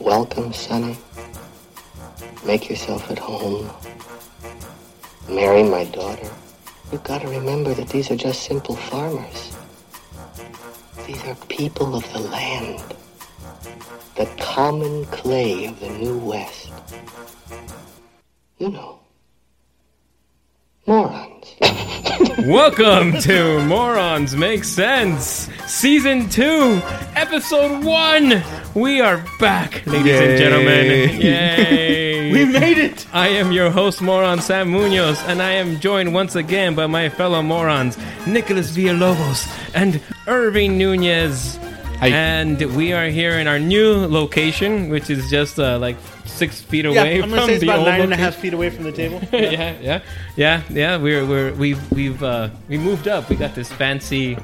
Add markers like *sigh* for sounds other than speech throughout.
Welcome, Sonny. Make yourself at home. Marry my daughter. You've got to remember that these are just simple farmers. These are people of the land. The common clay of the New West. You know. Morons. Welcome to Morons Make Sense, Season 2, Episode 1. We are back, ladies and gentlemen. Yay. We made it! I am your host, Moron Sam Munoz, and I am joined once again by my fellow morons, Nicholas Villalobos and Irving Nunez. And we are here in our new location, which is just uh, like six feet Yeah, away from I'm gonna say it's the about old nine and a location. half feet away from *laughs* the table. yeah, yeah, yeah, yeah. We're we're we've we've uh, we moved up. We got this fancy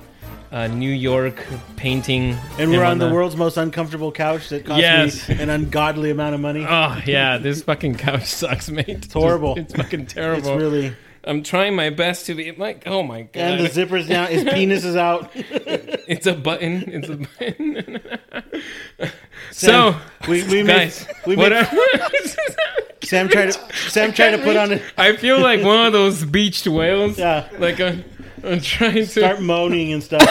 uh, New York painting, And we're on the whatnot. world's most uncomfortable couch that cost Yes. me an ungodly amount of money. Oh yeah, this fucking couch *laughs* sucks, mate. It's horrible. It's fucking it's terrible. really I'm trying my best to be like. Oh my god. and the zippers *laughs* down. His penis is out. it's a button. It's a button. *laughs* so We, we made, guys, we what? made, are- Sam tried to Sam tried to put *laughs* on a, *laughs* I feel like one of those beached whales. Yeah. Like I'm, I'm trying to *laughs* start moaning and stuff.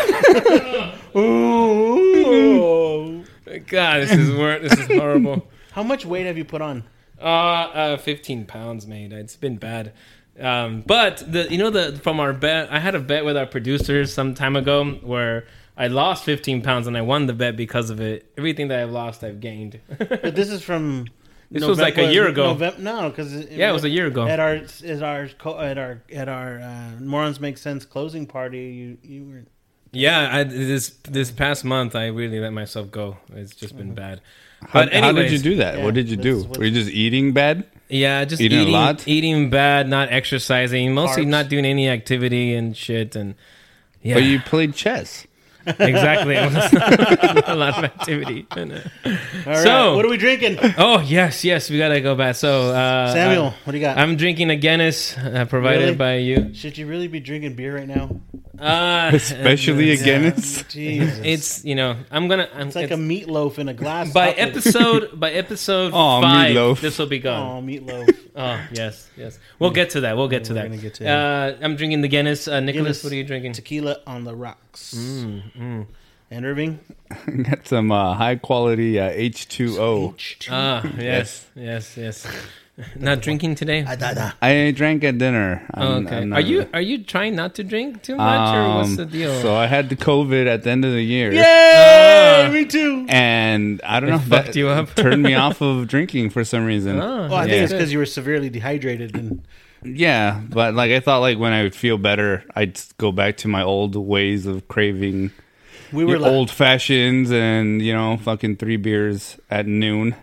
Ooh. God, this is wor- this is horrible. How much weight have you put on? Uh, uh, fifteen pounds, made. It's been bad. Um, but the you know the from our bet, I had a bet with our producers some time ago where I lost fifteen pounds and I won the bet because of it. Everything that I've lost, I've gained. *laughs* But this is from This was like a year ago. November, no, because Yeah, it was a year ago. At our at our co- at our at our uh, morons make sense closing party, you you were yeah, I, this this past month, I really let myself go. It's just been bad. How, But how did anyways- you do that? Yeah, what did you this do? is what- Were you just eating bad? Yeah, just Eating eating, a lot? eating bad, not exercising, mostly Carbs. not doing any activity and shit. And yeah, But you played chess. *laughs* exactly. *laughs* It was not a lot of activity. All right. So- what are we drinking? Oh yes, yes, we gotta go back. So uh, Samuel, uh, what do you got? I'm drinking a Guinness uh, provided Really? by you. Should you really be drinking beer right now? Oh, Uh, Especially it's- again. It's Jesus. *laughs* It's you know I'm gonna. I'm, It's like it's- a meatloaf in a glass. by cup. episode *laughs* by episode Aw, five, Oh, meatloaf. this will be Oh, gone. meatloaf. Oh. yes, yes. We'll get to that. We'll get to that. gonna get to uh, I'm drinking the Guinness. Uh, *laughs* Nicholas, Guinness what are you drinking? Mm, Tequila on the rocks. And Irving? got some uh, high quality uh, H2O. *laughs* Ah, yes, yes, yes. Not drinking today. Da-da. I drank at dinner. I'm, Oh, okay. I'm not- Are you are you trying not to drink too much, or what's Um, the deal? So I had the COVID at the end of the year. Yay! Ah. me too. And I don't know if fucked that you up. *laughs* turned me off of drinking for some reason. Oh, Well, I think Yeah. it's because you were severely dehydrated. And Yeah, but like I thought, like when I would feel better, I'd go back to my old ways of craving we were like, old fashions and you know fucking three beers at noon,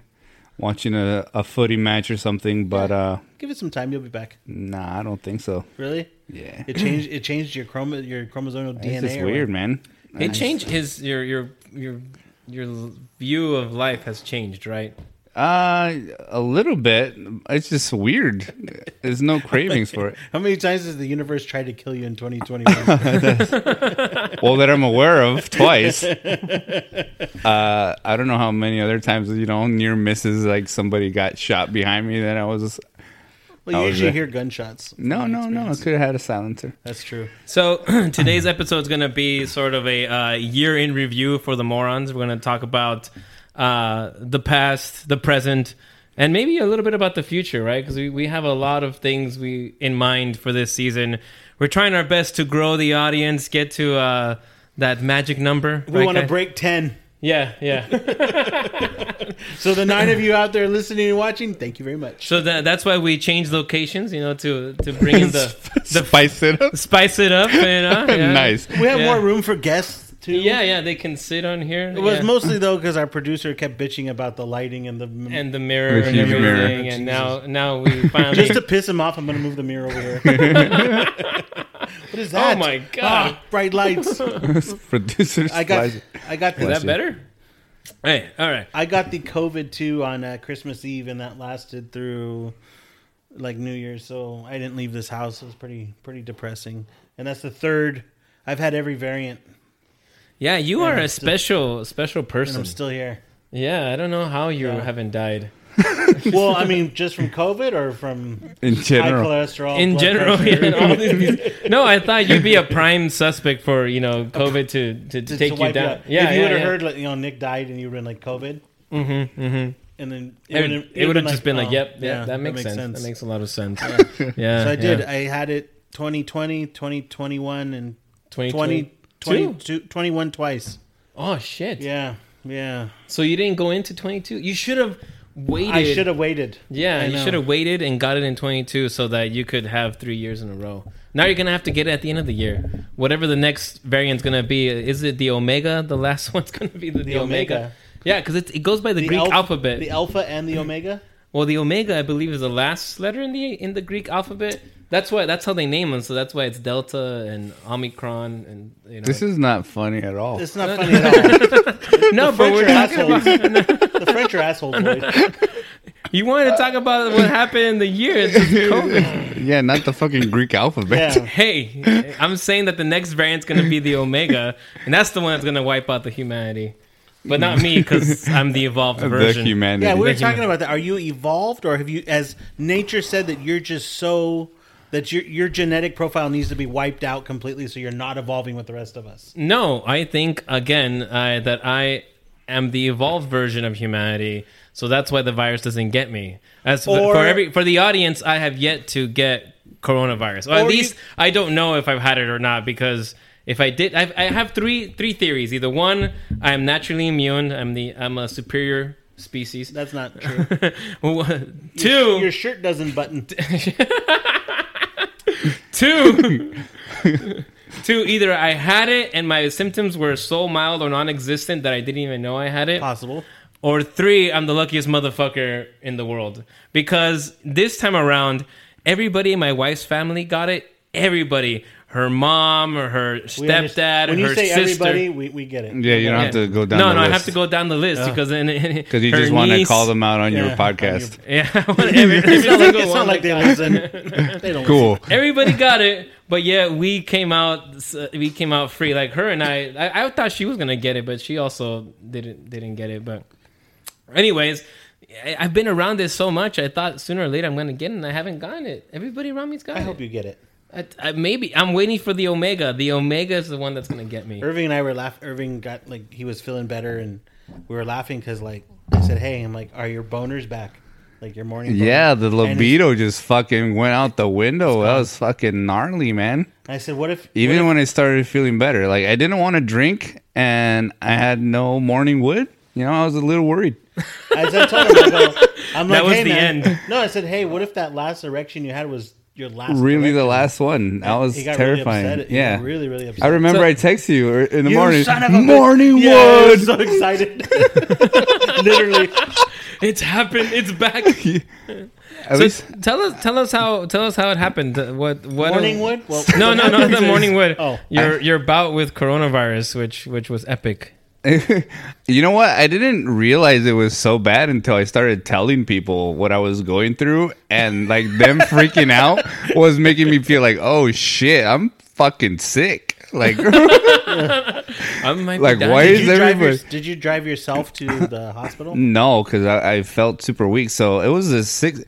watching a, a footy match or something. But uh, give it some time. You'll be back. nah, I don't think so. Really? Yeah, It changed. It changed your chromo, your chromosomal DNA. it's just or weird, what? man. It changed his your your your your view of life has changed, right? Uh, a little bit. It's just weird. There's no cravings for it. How many times has the universe tried to kill you *laughs* in 2021? Well, that I'm aware of twice. Uh, I don't know how many other times you know near misses. Like somebody got shot behind me. Then I was just, well, I you was usually there. hear gunshots. no, no, no. I could have had a silencer. That's true. So *clears throat* today's episode is going to be sort of a uh, year in review for the morons. We're going to talk about uh, the past, the present, and maybe a little bit about the future, right? Because we, we have a lot of things we in mind for this season. We're trying our best to grow the audience, get to uh, that magic number. We right, want to guys? break 10. Yeah, yeah. So the nine of you out there listening and watching, thank you very much. So that, that's why we changed locations, you know, to to bring in the spice it up. spice it up, you *laughs* know. *laughs* Yeah. nice. We have Yeah. more room for guests too. Yeah, yeah, they can sit on here. It was yeah. mostly though because our producer kept bitching about the lighting and the and the mirror With and huge everything, mirror. and now now *laughs* we finally. just to piss him off. I'm gonna move the mirror *laughs* over here. what is oh that? Ah, my god, Bright lights. Producer I got. spice. I got. is The, that Bless you. better? Hey, all right. I got the COVID too on uh, Christmas Eve, and that lasted through like New Year's. So I didn't leave this house. It was pretty pretty depressing. And that's the third. I've had every variant, Yeah, you are a I'm still- special special and person. I'm still here. yeah, I don't know how you haven't died. *laughs* Well, I mean, just from COVID or from In high general, cholesterol In blood general, pressure? yeah, *laughs* all these- *laughs* no, I thought you'd be a prime suspect for you know COVID to to, to, take to you wipe it down. out. Yeah, if you yeah, would have yeah. heard, like, you know, Nick died and you would have been like COVID, mm-hmm, mm-hmm. and then It would, would've- it would have would've just been like, oh, yep, yeah, that, makes sense. That makes a lot of sense. Yeah, *laughs* so I did. yeah. I had it 2020, 2021, and 2022? 20, 22, 21 twice. Oh shit! Yeah, yeah. So you didn't go into 22. You should have waited. I should have waited. Yeah, I you know. should have waited and got it in 22 so that you could have three years in a row. Now you're gonna have to get it at the end of the year. Whatever the next variant's gonna be, is it the Omega? The last *laughs* one's gonna be the, the, Omega. Omega. Yeah, because it, it goes by the, Greek alpha- alphabet. the alpha and *laughs* the omega. well, the Omega, I believe, is the last letter in the in the Greek alphabet. That's why that's how they name them. So that's why it's Delta and Omicron and you know. this is not funny at all. It's not funny at all. no, but French we're are talking assholes. about. the French are assholes. Boys. *laughs* You wanted to talk about what happened in the year. It's just *laughs* COVID. yeah, not the fucking Greek *laughs* alphabet. *laughs* Yeah. hey, I'm saying that the next variant's going to be the Omega, and that's the one that's going to wipe out the humanity. But not me, because I'm the evolved The version. humanity. Yeah, we were Thank you, talking man. about that. Are you evolved, or have you, as nature said, that you're just so that your your genetic profile needs to be wiped out completely, so you're not evolving with the rest of us? no, I think, again, I, that I am the evolved version of humanity, so that's why the virus doesn't get me. As for- Or- for, every, for the audience, I have yet to get coronavirus. Or at Or you- least I don't know if I've had it or not, because... If I did, I've, I have three three theories. Either one, I am naturally immune. I'm the I'm a superior species. That's not true. *laughs* One- Your- two, your shirt doesn't button. *laughs* two, two. Either I had it and my symptoms were so mild or non-existent that I didn't even know I had it, Possible. or three, I'm the luckiest motherfucker in the world because this time around, everybody in my wife's family got it. Everybody, her mom or her We stepdad understand- When or you her say sister. everybody, Uh. we, we get it. Yeah, you don't have to go down. No, the no, list. I have to go down the list because then because because you just want to call them out on your Yeah, on podcast. *laughs* *laughs* Yeah, I want every, every It's not like, single it's one *laughs* not that like they got it. listen. They don't listen. cool. Everybody got it, but yeah, we came out. We came out free. Like her and I, I, I thought she was gonna get it, but she also didn't didn't get it. But anyways, I, I've been around this so much. I thought sooner or later I'm gonna get it, and I haven't gotten it. Everybody around me's got I it. hope you get it. I, I, maybe I'm waiting for the omega. The omega is the one that's gonna get me. Irving and I were laughing. Irving got like he was feeling better, and we were laughing because like I said, "Hey," I'm like, "Are your boners back? Like your morning?" boner?" Yeah, the And libido just fucking went out the window. That was fucking gnarly, man. I said, "What if Even when I started feeling better, like I didn't want to drink and I had no morning wood. You know, I was a little worried. As I told him, *laughs* I go, I'm like, was hey, the man. end. No, I said, hey, what if that last erection you had was your last? Really, the erection?" last one. That was He got terrifying. Really upset. He Yeah. got really, really upset. I remember I texted you er- in the You morning. son of a bitch. morning Yeah, I was wood. so *laughs* excited. Literally, It's happened. It's *laughs* back. so At least tell us, tell us how, tell us how it happened. What, what? morning wood. Well, No, what no, not *laughs* happens the is- morning wood. Oh, Your your bout with coronavirus, which which was epic. you know what? I didn't realize it was so bad until I started telling people what I was going through, and like *laughs* them freaking out was making me feel like, oh shit, I'm fucking sick. *laughs* Like, I might be Like, dying. why did is you, drive your, everybody- did you drive yourself to *laughs* the hospital? no, because I, I felt super weak. So it was a six.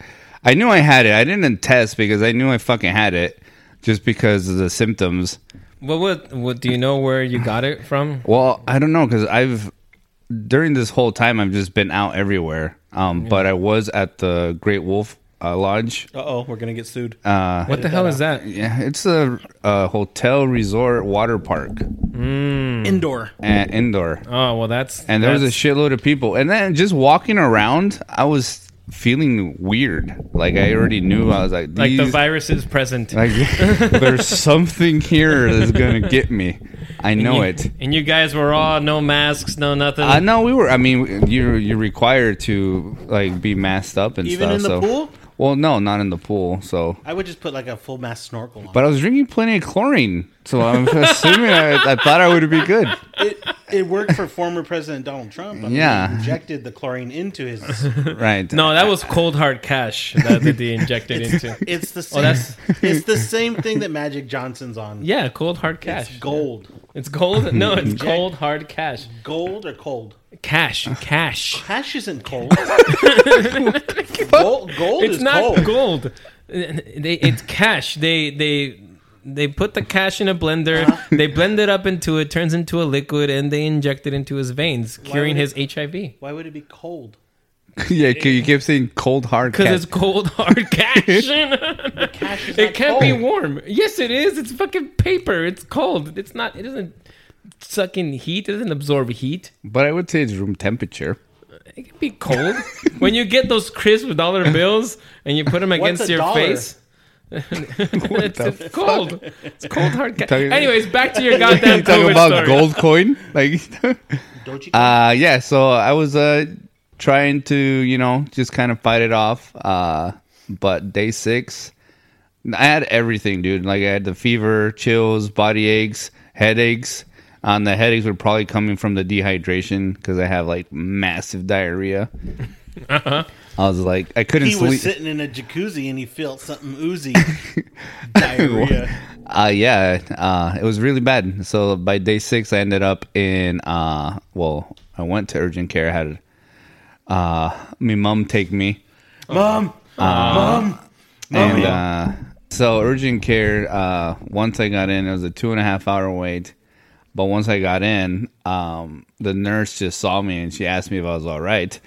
I knew I had it. I didn't test because I knew I fucking had it, just because of the symptoms. What what what do you know where you got it from? Well, I don't know because I've during this whole time I've just been out everywhere. Um, but I was at the Great Wolf uh, Lodge. Uh oh, we're gonna get sued. What the hell is that? Yeah, it's a, a hotel resort water park Mm. Indoor. and indoor. Oh well, that's and there was a that's- shitload of people. And then just walking around, I was feeling weird. Like I already knew. I was like, like the these- virus is present. Like *laughs* there's something here that's gonna get me. I know You- it. And you guys were all no masks, no nothing. I know Uh, we were. I mean, you you're required to like be masked up and Even stuff. in the so. pool? Well, no, not in the pool. So, I would just put like a full mask snorkel on. but I was drinking plenty of chlorine, so I'm *laughs* assuming I, I thought I would be good. it, it worked for former President Donald Trump. I mean, Yeah. he injected the chlorine into his. Right? no, that was cold hard cash that that they injected *laughs* into. It's the same. Oh, that's it's the same thing that Magic Johnson's on. yeah, cold hard cash. It's gold, It's gold. No, *laughs* it's cold hard cash. gold or cold. Cash, cash. Cash isn't *laughs* cold. gold, gold It's is not cold. gold. They, it's cash. They they they put the cash in a blender. Uh-huh. They blend it up into it, turns into a liquid, and they inject it into his veins, curing would his HIV. Why would it be cold? *laughs* yeah, 'cause you kept saying cold hard. Because cat. it's cold hard *laughs* cash. Cash is it can't not cold. be warm. Yes, it is. It's fucking paper. It's cold. It's not. It doesn't suck in heat. It doesn't absorb heat. but I would say it's room temperature. It can be cold. *laughs* when you get those crisp dollar bills and you put them What's against a your *laughs* dollar? face. it's, it's cold. It's cold hard cash. Talking- Anyways, back to your *laughs* goddamn *laughs* you talking COVID about story. gold coin, like. *laughs* Don't you? Uh, yeah, so I was uh, trying to, you know, just kind of fight it off. Uh, but day six, I had everything, dude. Like I had the fever, chills, body aches, headaches. On the headaches were probably coming from the dehydration because I have like massive diarrhea. I was like, I couldn't he sleep. was sitting in a jacuzzi and he felt something *laughs* oozy. Diarrhea. Uh, yeah, uh, it was really bad. So by day six, I ended up in, uh, well, I went to urgent care. I had uh, my mom take me. Mom, mom. And uh, so urgent care, uh, once I got in, it was a two and a half hour wait. But once I got in, um, the nurse just saw me and she asked me if I was all right.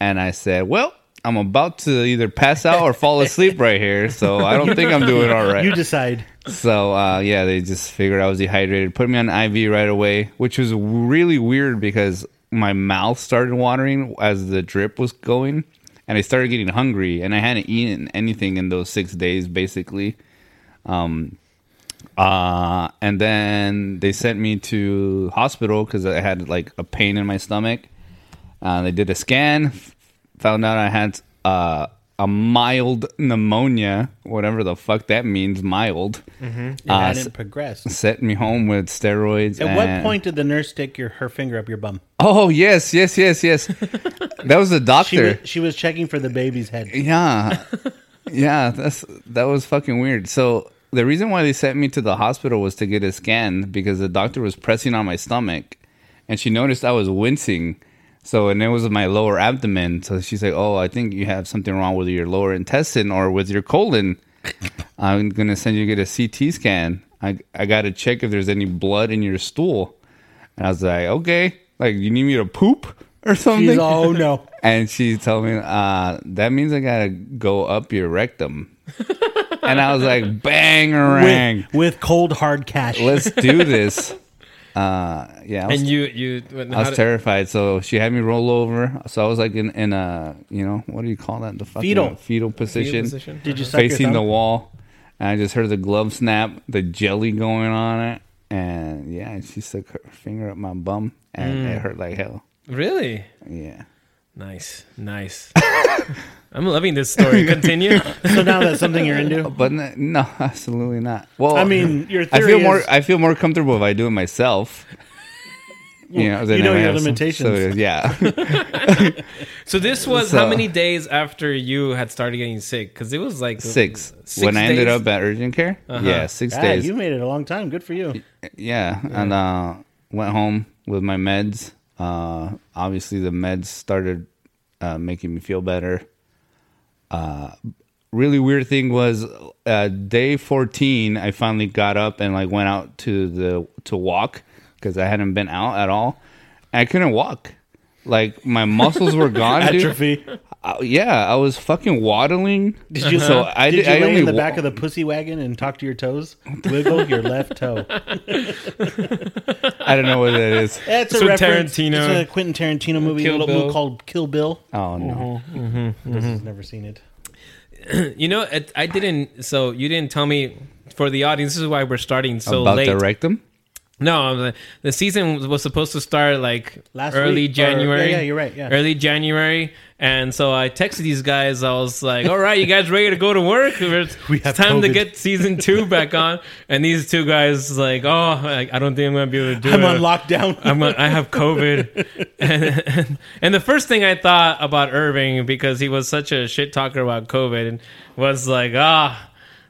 And I said, well, I'm about to either pass out or fall asleep right here. So I don't think I'm doing all right. You decide. So uh, yeah, they just figured I was dehydrated, put me on IV right away, which was really weird because my mouth started watering as the drip was going, and I started getting hungry, and I hadn't eaten anything in those six days basically. Um, uh, and then they sent me to hospital because I had like a pain in my stomach. Uh, they did a scan, f- found out I had uh, a mild pneumonia, whatever the fuck that means, mild. It Uh, s- hadn't progressed. sent me home with steroids. At what and- point did the nurse stick your her finger up your bum? Oh yes, yes, yes, *laughs* yes. that was the She was, doctor. she was checking for the baby's *laughs* head. yeah, yeah. That's that was fucking weird. So the reason why they sent me to the hospital was to get a scan because the doctor was pressing on my stomach, and she noticed I was wincing. So and it was my lower abdomen. So she's like, "Oh, I think you have something wrong with your lower intestine or with *laughs* your colon." I'm gonna send you to get a CT scan. I I gotta check if there's any blood in your stool. And I was like, okay, like you need me to poop or something. She's all, oh no. and she told me, uh, that means I gotta go up your rectum. and I was like, bang rang. With, with cold hard cash. Let's do this. Uh, yeah, I was, And you, you. I how was did- terrified. So she had me roll over. So I was like in, in a you know what do you call that? The fucking Fetal. fetal position position. Did you suck your facing thumb? the wall, and I just heard the glove snap, the jelly going on it, and yeah, and she stuck her finger up my bum, and it hurt like hell. really Yeah, nice, nice. *laughs* I'm loving this *laughs* story. Continue. So now that's something you're *laughs* into. but n- no, absolutely not. Well, I mean, your I theory feel more is- I feel more comfortable if I do it *laughs* myself. You know, than you know if I your have some- limitations. so it is- yeah, *laughs* So this was So- how many days after you had started getting sick? Because it was like *laughs* six. when I ended days? up at urgent care, yeah, six Ah, days. you made it a long time. Good for you. yeah, and uh went home with my meds uh obviously the meds started uh making me feel better uh really weird thing was uh day 14 i finally got up and like went out to the to walk because i hadn't been out at all i couldn't walk like my muscles were gone dude. Atrophy. uh, yeah, I was fucking waddling. Did you, So Uh-huh. I did did. you I lay only in the wa- back of the pussy wagon and talk to your *laughs* toes? Wiggle your left toe. I don't know what that is. That's So a reference. Tarantino- It's a Quentin Tarantino Uh, movie, Kill a little Bill. movie called Kill Bill. Oh no. This has never seen it. You know, it, I didn't. So you didn't tell me for the audience. This is why we're starting so About late. the rectum. No, the, the season was supposed to start like Last early week, or- January. yeah, yeah, you're right, yeah. early January. And so I texted these guys. I was like, "All right, you guys ready to go to *laughs* work? It's, We it's have time to COVID." get season two back on." And these two guys like, "Oh, I, I don't think I'm gonna be able to do I'm it. on lockdown. *laughs* I'm a, I have COVID. *laughs* and, and, the first thing I thought about Irving, because he was such a shit talker about COVID, was like, ah,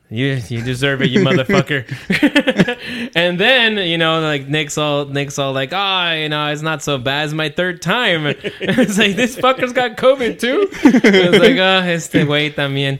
you you deserve it, you motherfucker. *laughs* and then you know, like Nick's all Nick's all like, ah, you know, it's not so bad. It's my third time. *laughs* it's like this fucker's got COVID too. *laughs* It's like, ah, este güey también.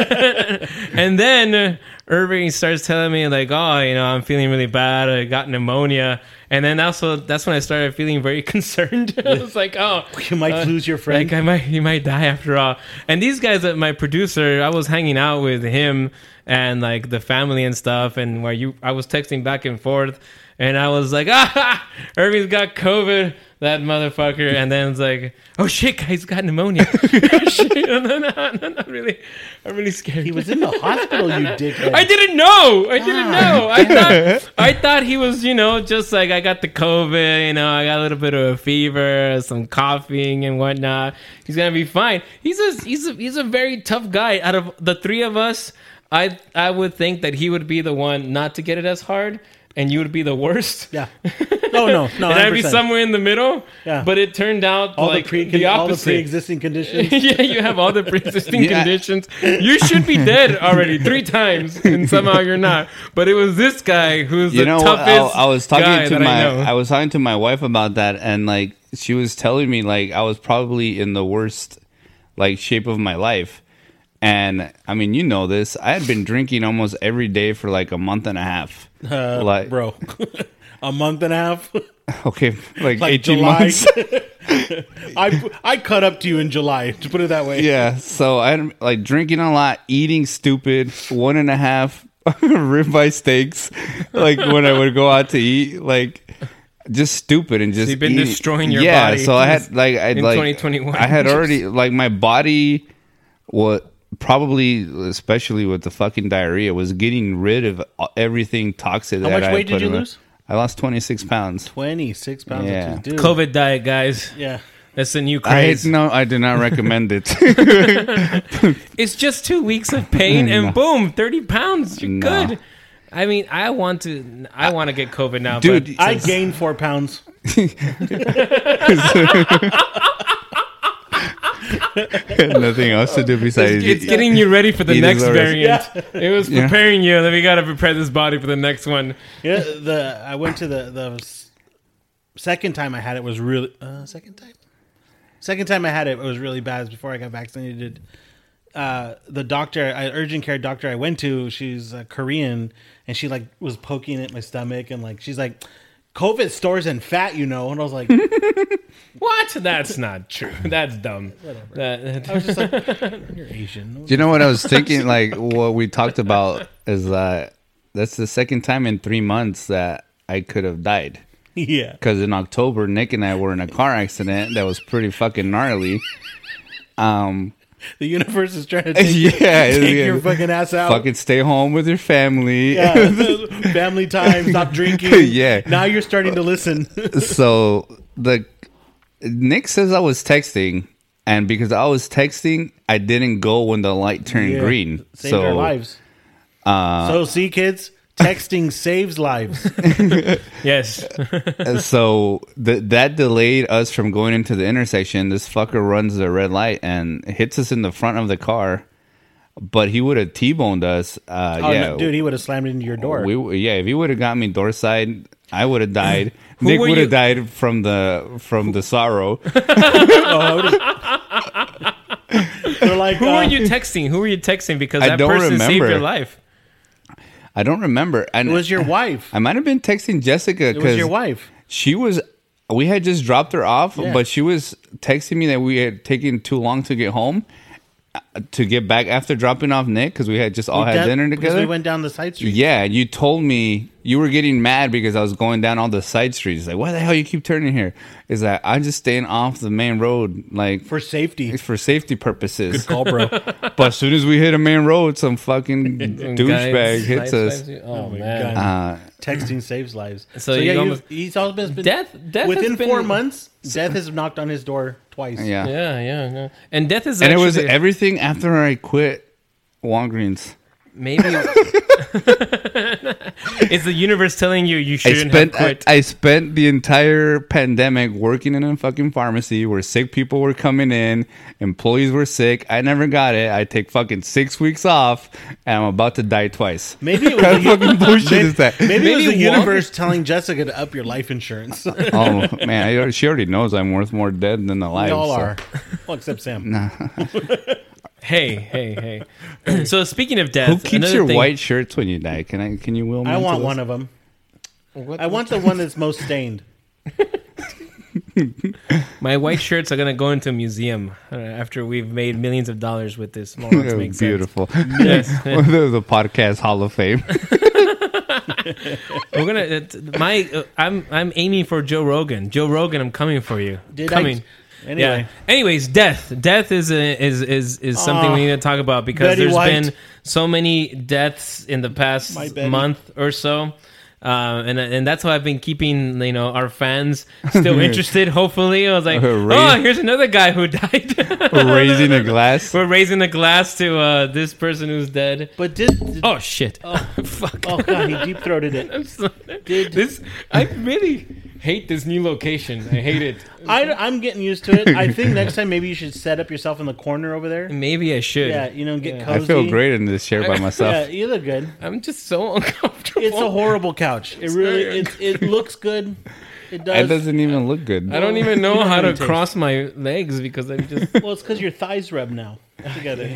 And then uh, Irving starts telling me like, "Oh, you know, I'm feeling really bad. I got pneumonia." And then also that's when I started feeling very *laughs* concerned. I was like, "Oh, You might lose your friend. Like I might, you might die after all." And these guys, uh, my producer, I was hanging out with him and like the family and stuff, and where you, I was texting back and forth, and I was like, *laughs* "Ah, Irving's got COVID." That motherfucker, and then it's like, oh shit, guys, got *laughs* pneumonia. *laughs* Shit, no, no, no, no, no, really, I'm really scared. he was in the *laughs* hospital, you dickhead. I didn't know. I didn't know. I thought I thought he was, you know, just like I got the COVID, you know, I got a little bit of a fever, some coughing and whatnot. He's gonna be fine. He's a he's a he's a very tough guy. Out of the three of us, I I would think that he would be the one not to get it as hard, and you would be the worst. Yeah. No, no, *laughs* no. and I'd be 100%. somewhere in the middle. Yeah. But it turned out all like the pre the all the opposite. pre-existing *laughs* conditions. yeah, you have all the pre-existing Yeah. conditions. You should be dead already three times, and somehow you're not. But it was this guy who's you the know what? toughest. I, I was guy talking to that my I know. I, was talking to my wife about that and like she was telling me like I was probably in the worst like shape of my life and I mean you know this I had been drinking almost every day for like a month and a half Uh, like Bro. A month and a half, *laughs* *laughs* okay like, like 18 July. months I I cut up to you in July. To put it that way, yeah so I'm like drinking a lot eating stupid one and a half *laughs* ribeye steaks like when I would go out to eat like just stupid and just you've been eating- destroying your yeah, body so I had like I in like 2021. I had *laughs* already like my body what probably especially with the fucking diarrhea was getting rid of everything toxic that much I had weight did put you in my- lose? I lost 26 pounds. twenty six pounds. Yeah. Of dude. COVID diet, guys. Yeah, That's the new I craze. no, I do not recommend it. *laughs* it's just two weeks of pain, and boom, thirty pounds. You're No. good. I mean, I want to. I want to get COVID now, Dude, But I gained four pounds. Nothing else to do besides it's getting you ready for the Eating next lower- variant. It was Yeah. preparing you that we got to prepare this body for the next one. Yeah, the I went to the the s- second time I had it was really uh, second time. Second time I had it, it was really bad. It was before I got vaccinated. Uh, the doctor, I, urgent care doctor I went to, she's uh, Korean, and she like was poking at my stomach, and like she's like, "COVID stores in fat," you know, and I was like, I What? That's not true. That's dumb. That- *laughs* was just like, *laughs* "You're Asian." *laughs* You know what I was thinking? Like what we talked about is that that's the second time in three months that I could have died. yeah, because in October Nick and I were in a car accident that was pretty fucking gnarly. Um, the universe is trying to *laughs* yeah, take, take yeah. your fucking ass out. fucking stay home with your family. yeah, family time, *laughs* stop drinking. Yeah. now you're starting to listen. *laughs* *laughs* so the Nick says I was texting, and because I was texting, I didn't go when the light turned Yeah. green. Saved so uh, our lives. so see, kids, *laughs* texting saves lives. yes. so th- that delayed us from going into the intersection. This fucker runs the red light and hits us in the front of the car. But he would have t-boned us. Uh, Oh, yeah, no, dude, he would have slammed into your door. We, w- yeah, if you would have got me door side, I would *laughs* have died. Nick were would you- have died from the from *laughs* the sorrow. They're like, Who uh, were you texting? Who were you texting? Because I that don't person saved remember. your life. I don't remember. And It was your wife. I might have been texting Jessica It was because your wife. she was we had just dropped her off, Yeah. but she was texting me that we had taken too long to get home, uh, to get back after dropping off Nick because we had just all had That- dinner because together. We went down the side street. yeah, and you told me you were getting mad because I was going down all the side streets. Like, why the hell you keep turning here? Is that I'm just staying off the main road, like for *laughs* safety. *laughs* Oh, for safety purposes. Call, bro. but as soon as we hit a main road, *laughs* some fucking douchebag Guys, hits knife us. stabs you? Oh, my man. God. Uh, Texting saves lives. So So, you yeah, almost- you've- he's always been Death- death has within been- four months. Death has knocked on his door twice. Yeah. Yeah, yeah, yeah. And death is and it was actually- everything after I quit Walgreens. *laughs* maybe *laughs* it's the universe telling you you I shouldn't spent have quit. I, I spent the entire pandemic working in a fucking pharmacy where sick people were coming in, employees were sick. I never got it. I take fucking six weeks off, and I'm about to die twice. *laughs* Maybe it was the, What fucking bullshit is that? maybe it was Maybe the Walker- universe telling Jessica to up your life insurance. *laughs* we Oh man, I, already- she already knows I'm worth more dead than alive. all so- are, well, except Sam. hey, hey, hey. *clears throat* so speaking of death, Who keeps another your thing- white shirts when you die? Can I? Can you will? Me I into want this? *laughs* one of them. I want the one that's most *laughs* stained. *laughs* My white shirts are gonna go into a museum uh, after we've made millions of dollars with this. *laughs* Morons make sense. *laughs* Beautiful. Yes. the podcast Hall of Fame. *laughs* We're gonna. It, my, uh, I'm, I'm aiming for Joe Rogan. Joe Rogan, I'm coming for you. Did I- coming. Anyway, Yeah. Anyways, death. Death is a, is is is something we need to talk about because Ah. Betty there's White. been so many deaths in the My past Betty. month or so. Um, and and that's why I've been keeping you know our fans still *laughs* interested. Hopefully, I was like, Right. oh, here's another guy who *laughs* died. Raising a glass. We're raising a glass to uh, this person who's dead. but did, did- oh. Oh shit! *laughs* fuck! god, he deep *laughs* throated it. Dude. this I really hate this new location. I hate *laughs* it. I, I'm getting used to it. *laughs* I think next time maybe you should set up yourself in the corner over there. Maybe I should. Yeah, you know, get I cozy. feel great in this chair by myself. *laughs* Yeah, you *laughs* look good. I'm just so uncomfortable. It's a horrible couch. It really it, *laughs* it looks good. It does. It doesn't even look good. I don't even know how to taste. cross my legs because I'm just. *laughs* well, it's because your thighs rub now together.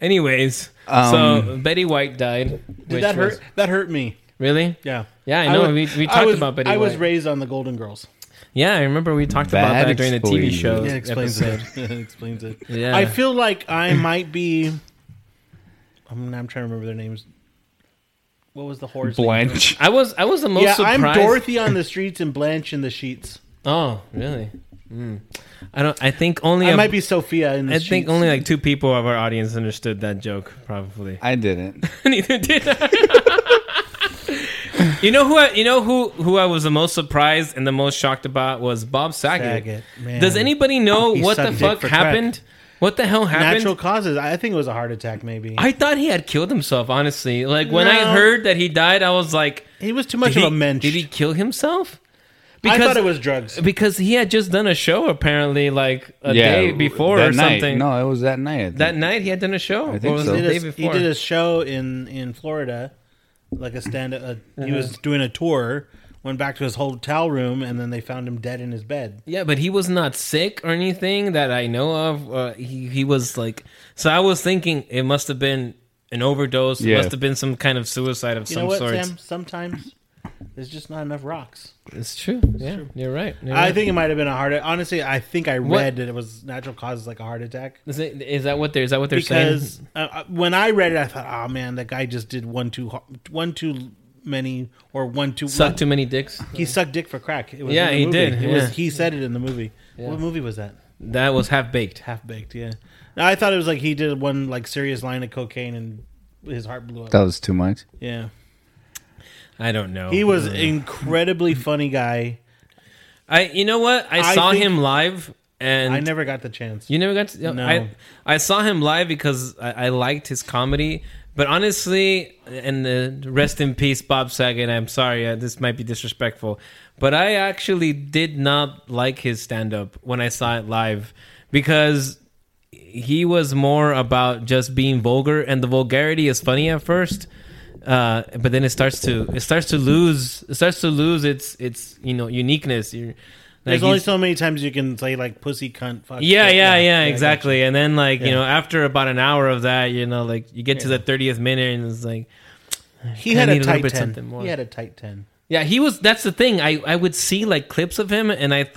Anyways, so Betty White died. Did that hurt? That hurt me. Really? Yeah. Yeah, I know. was- we, we I talked was- about Betty I was White. raised on the Golden Girls. yeah, I remember we talked about That that during the TV explains show. it. It explains episode. *laughs* it. it explains it. Yeah. I feel like I might be. I'm, I'm trying to remember their names. What was the horse? name? Blanche. I was I was the most Yeah, surprised. I'm Dorothy on the streets and Blanche in the sheets. Oh, really? Mm. I don't. I think only. I a- might be Sophia in the I sheets. think only like two people of our audience understood that joke, probably. I didn't. *laughs* Neither did I. *laughs* you know who? I, you know who? Who I was the most surprised and the most shocked about was Bob Saget. Saget, man. Does anybody know He what the sucked dick fuck for happened? What the hell happened? natural causes. I think it was a heart attack. Maybe I thought he had killed himself. Honestly, like when I No. heard that he died, I was like, he was too did much he, of a mensch. did he kill himself? I thought it was drugs. because he had just done a show apparently, like a day before that or night. something. No, it was that night. I think. That night he had done a show. think or was so. it He the did day a- before? he did a show in in Florida, like a stand up. He Uh-huh. was doing a tour. Went back to his hotel room, and then they found him dead in his bed. Yeah, but he was not sick or anything that I know of. Uh, he he was like, so I was thinking it must have been an overdose. It Yeah. must have been some kind of suicide of You know some what, sort. Sam? Sometimes there's just not enough rocks. It's true. yeah, you're right. You're I right. think it might have been a heart. Honestly, I think I read What- that it was natural causes like a heart attack. is, it, is that what they're is that what they're saying? Because uh, uh, when I read it, I thought, "Oh man, that guy just did one too har- one too many or one too Suck too many dicks. He sucked dick for crack. It was Yeah, in the he movie. did, It yeah. was he said it in the movie. What movie was that? That was half baked. Half baked, yeah. No, I thought it was like he did one like serious line of cocaine and his heart blew up. That was too much. yeah. I don't know. He was incredibly funny guy. I you know what? I, I saw think- him live and I never got the chance. You never got to. No. I I saw him live because I, I liked his comedy. But honestly, and the rest in peace, Bob Saget. I'm sorry, uh, this might be disrespectful, but I actually did not like his stand up when I saw it live because he was more about just being vulgar, and the vulgarity is funny at first, uh, but then it starts to it starts to lose it starts to lose its its you know uniqueness. You're, like, There's only he's- so many times you can say like pussy cunt fuck. yeah, shit, yeah, yeah, I got exactly. And then like you Yeah. know, after about an hour of that, you know, like you get to the thirtieth minute, and it's like you. He had I a need a little tight bit ten. something more. He had a tight ten. Yeah, he was. That's the thing. I I would see like clips of him, and I thought.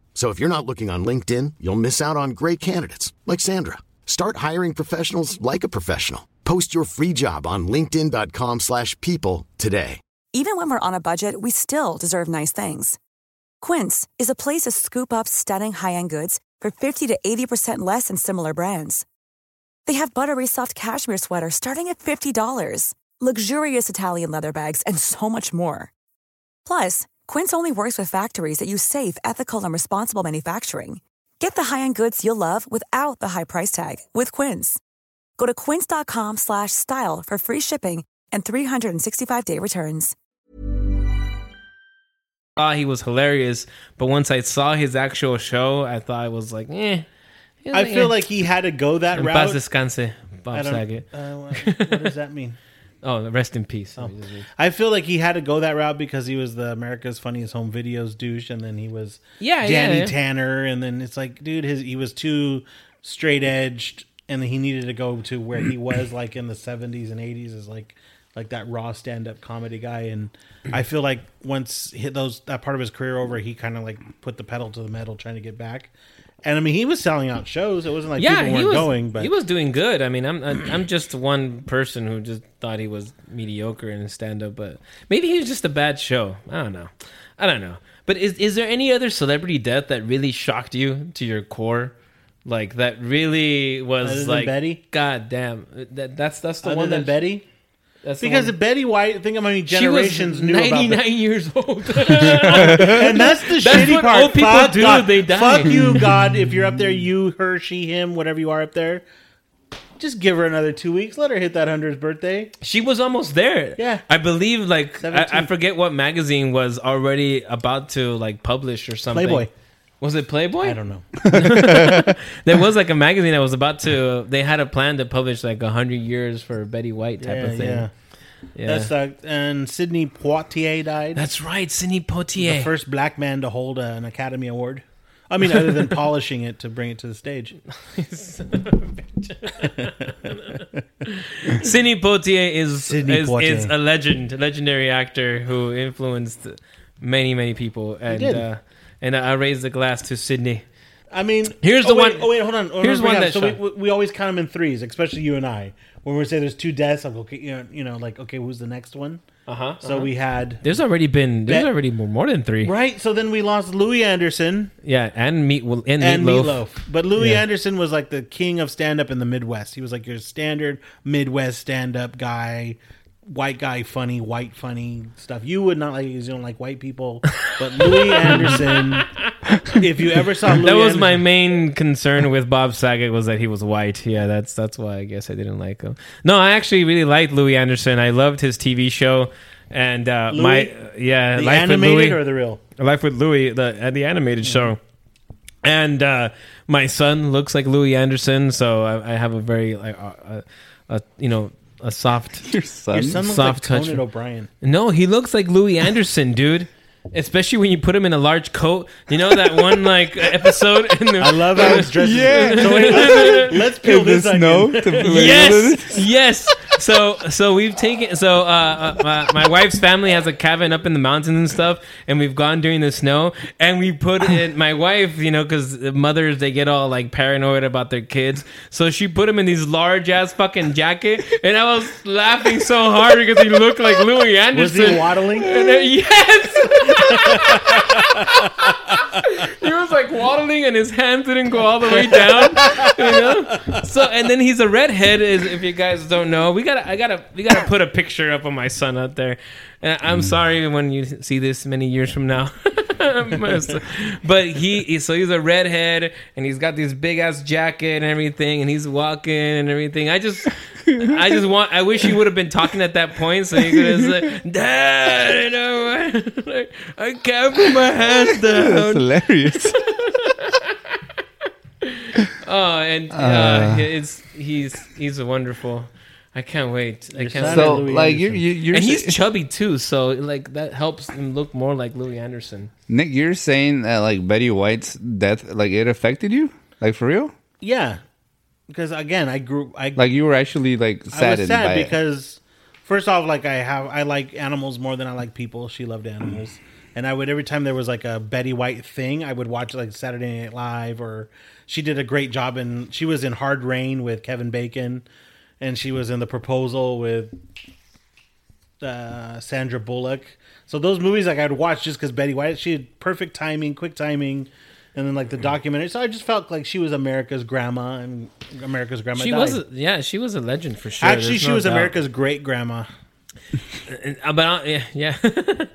So if you're not looking on LinkedIn, you'll miss out on great candidates like Sandra. Start hiring professionals like a professional. Post your free job on linkedin.com/people slash people today. Even when we're on a budget, we still deserve nice things. Quince is a place to scoop up stunning high-end goods for 50 to 80% less than similar brands. They have buttery soft cashmere sweaters starting at $50, luxurious Italian leather bags, and so much more. Plus, Quince only works with factories that use safe, ethical, and responsible manufacturing. Get the high-end goods you'll love without the high price tag with Quince. Go to quince.com/style slash style for free shipping and 365-day returns. thought he was hilarious, but once I saw his actual show, I thought I was like, eh. I feel like he had to go that En paz route. descanse, I Bob don't, Saget. uh, what, what does that mean? Oh, rest in peace. I feel like he had to go that route because he was the America's Funniest Home Videos douche, and then he was Yeah, yeah, Danny yeah. Tanner, and then it's like, dude, his he was too straight edged, and he needed to go to where *clears throat* he was like in the seventies and eighties, is like like that raw stand up comedy guy. And I feel like once hit those that part of his career over, he kind of like put the pedal to the metal trying to get back. And I mean, he was selling out shows. It wasn't like Yeah, people weren't he was going, but he was doing good. I mean, I'm I'm I'm just one person who just thought he was mediocre in stand up, but maybe he was just a bad show. I don't know. I don't know. But is is there any other celebrity death that really shocked you to your core? Like that really was Other than like Betty? God damn. That that's that's the other one than that Betty. That's the Because one- of Betty White, think how many She was generations knew about that. 99 years *laughs* *laughs* old. And that's *laughs* the shitty what part. old people Fuck do, God. they die. Fuck you, God. If you're up there, you, her, she, him, whatever you are up there, just give her another two weeks. Let her hit that hundredth birthday. She was almost there. Yeah. I believe like I, I 17. forget what magazine was already about to like publish or something. Playboy. Was it Playboy? I don't know. There was *laughs* like a magazine that was about to. They had a plan to publish like hundred years for Betty White type Yeah, of thing. yeah. Yeah. That sucked. And Sidney Poitier died. That's right, Sidney Poitier. the first black man to hold uh, an Academy Award. I mean, *laughs* other than polishing it to bring it to the stage. Sidney Poitier is Sidney is, Poitier. is a legend, a legendary actor who influenced many many people. And did. uh, and I raise the glass to Sidney. I mean, Here's oh, the wait, one- Oh wait, hold on. Oh, here's no, bring one it that up. so we, shot. we, we always count them in threes, especially you and I. When we say there's two deaths, I'm okay. You know, you know, like okay, who's the next one? Uh huh. So we Uh-huh. had There's already been there's Bet- already more, more than three. Right. So then we lost Louis Anderson Yeah, and meat and, and meatloaf. Meatloaf. But Louis Yeah. Anderson was like the king of stand up in the Midwest. He was like your standard Midwest stand up guy, white guy, funny, *laughs* white funny stuff. You would not like because you don't like white people. But Louis Anderson if you ever saw Louis That was my Anderson- main concern with Bob Saget was that he was white. Yeah, that's that's why I guess I didn't like him. No, I actually really liked Louis Anderson. I loved his TV show and uh, Louis? my yeah, the Life with animated Louis, or the real. Life with Louis, the uh, the animated show. And uh, my son looks like Louis Anderson, so I, I have a very like uh, uh, a you know a *laughs* soft. Your son. Your son looks Soft like touch. Conan O'Brien. No, he looks like Louis Anderson, dude. Especially when you put him in a large coat. You know that one like episode. In the, I *laughs* love how he's dressed. Yeah. So wait, let's, let's peel In the this onion. snow. *laughs* To yes, yes. So, so we've taken. So, uh, uh, my, my wife's family has a cabin up in the mountains and stuff, and we've gone during the snow, and we put *laughs* in my wife, you know, because mothers they get all like paranoid about their kids, so she put him in these large ass fucking jacket, and I was laughing so hard because he looked like Louis Was Anderson. *laughs* he waddling? And then- yes. *laughs* he was like waddling, and his hands didn't go all the way down. You know. So, and then he's a redhead. Is if you guys don't know, we gotta, I gotta, we gotta put a picture up of my son out there. And I'm sorry when you see this many years from now. *laughs* but he, he- so he's a redhead, and he's got this big ass jacket and everything, and he's walking and everything. I just, I just want. I wish you would have been talking at that point, so you could have said, "Dad, you know, like, I can't put my hands That's down." hilarious. Oh, and uh, it's he's he's wonderful. I can't wait. I can't. so, Louis like, you're, Anderson. you're, you're and he's sa- chubby too, so like that helps him look more like Louis Anderson. Nick, you're saying that like Betty White's death, like it affected you, like for real, Yeah, because again, I grew. I like you were actually like I was saddened sad by it. because first off, like I have, I like animals more than I like people. She loved animals, and I would every time there was like a Betty White thing, I would watch like Saturday Night Live, or she did a great job in. She was in Hard Rain with Kevin Bacon, and she was in The Proposal with uh, Sandra Bullock. So those movies like I'd watch just because Betty White, she had perfect timing, quick timing. And then like the documentary, so I just felt like she was America's grandma, and America's grandma. she died. was, a, yeah, she was a legend for sure. Actually, There's she no was doubt. America's great grandma. Uh, but I, yeah, yeah. *laughs*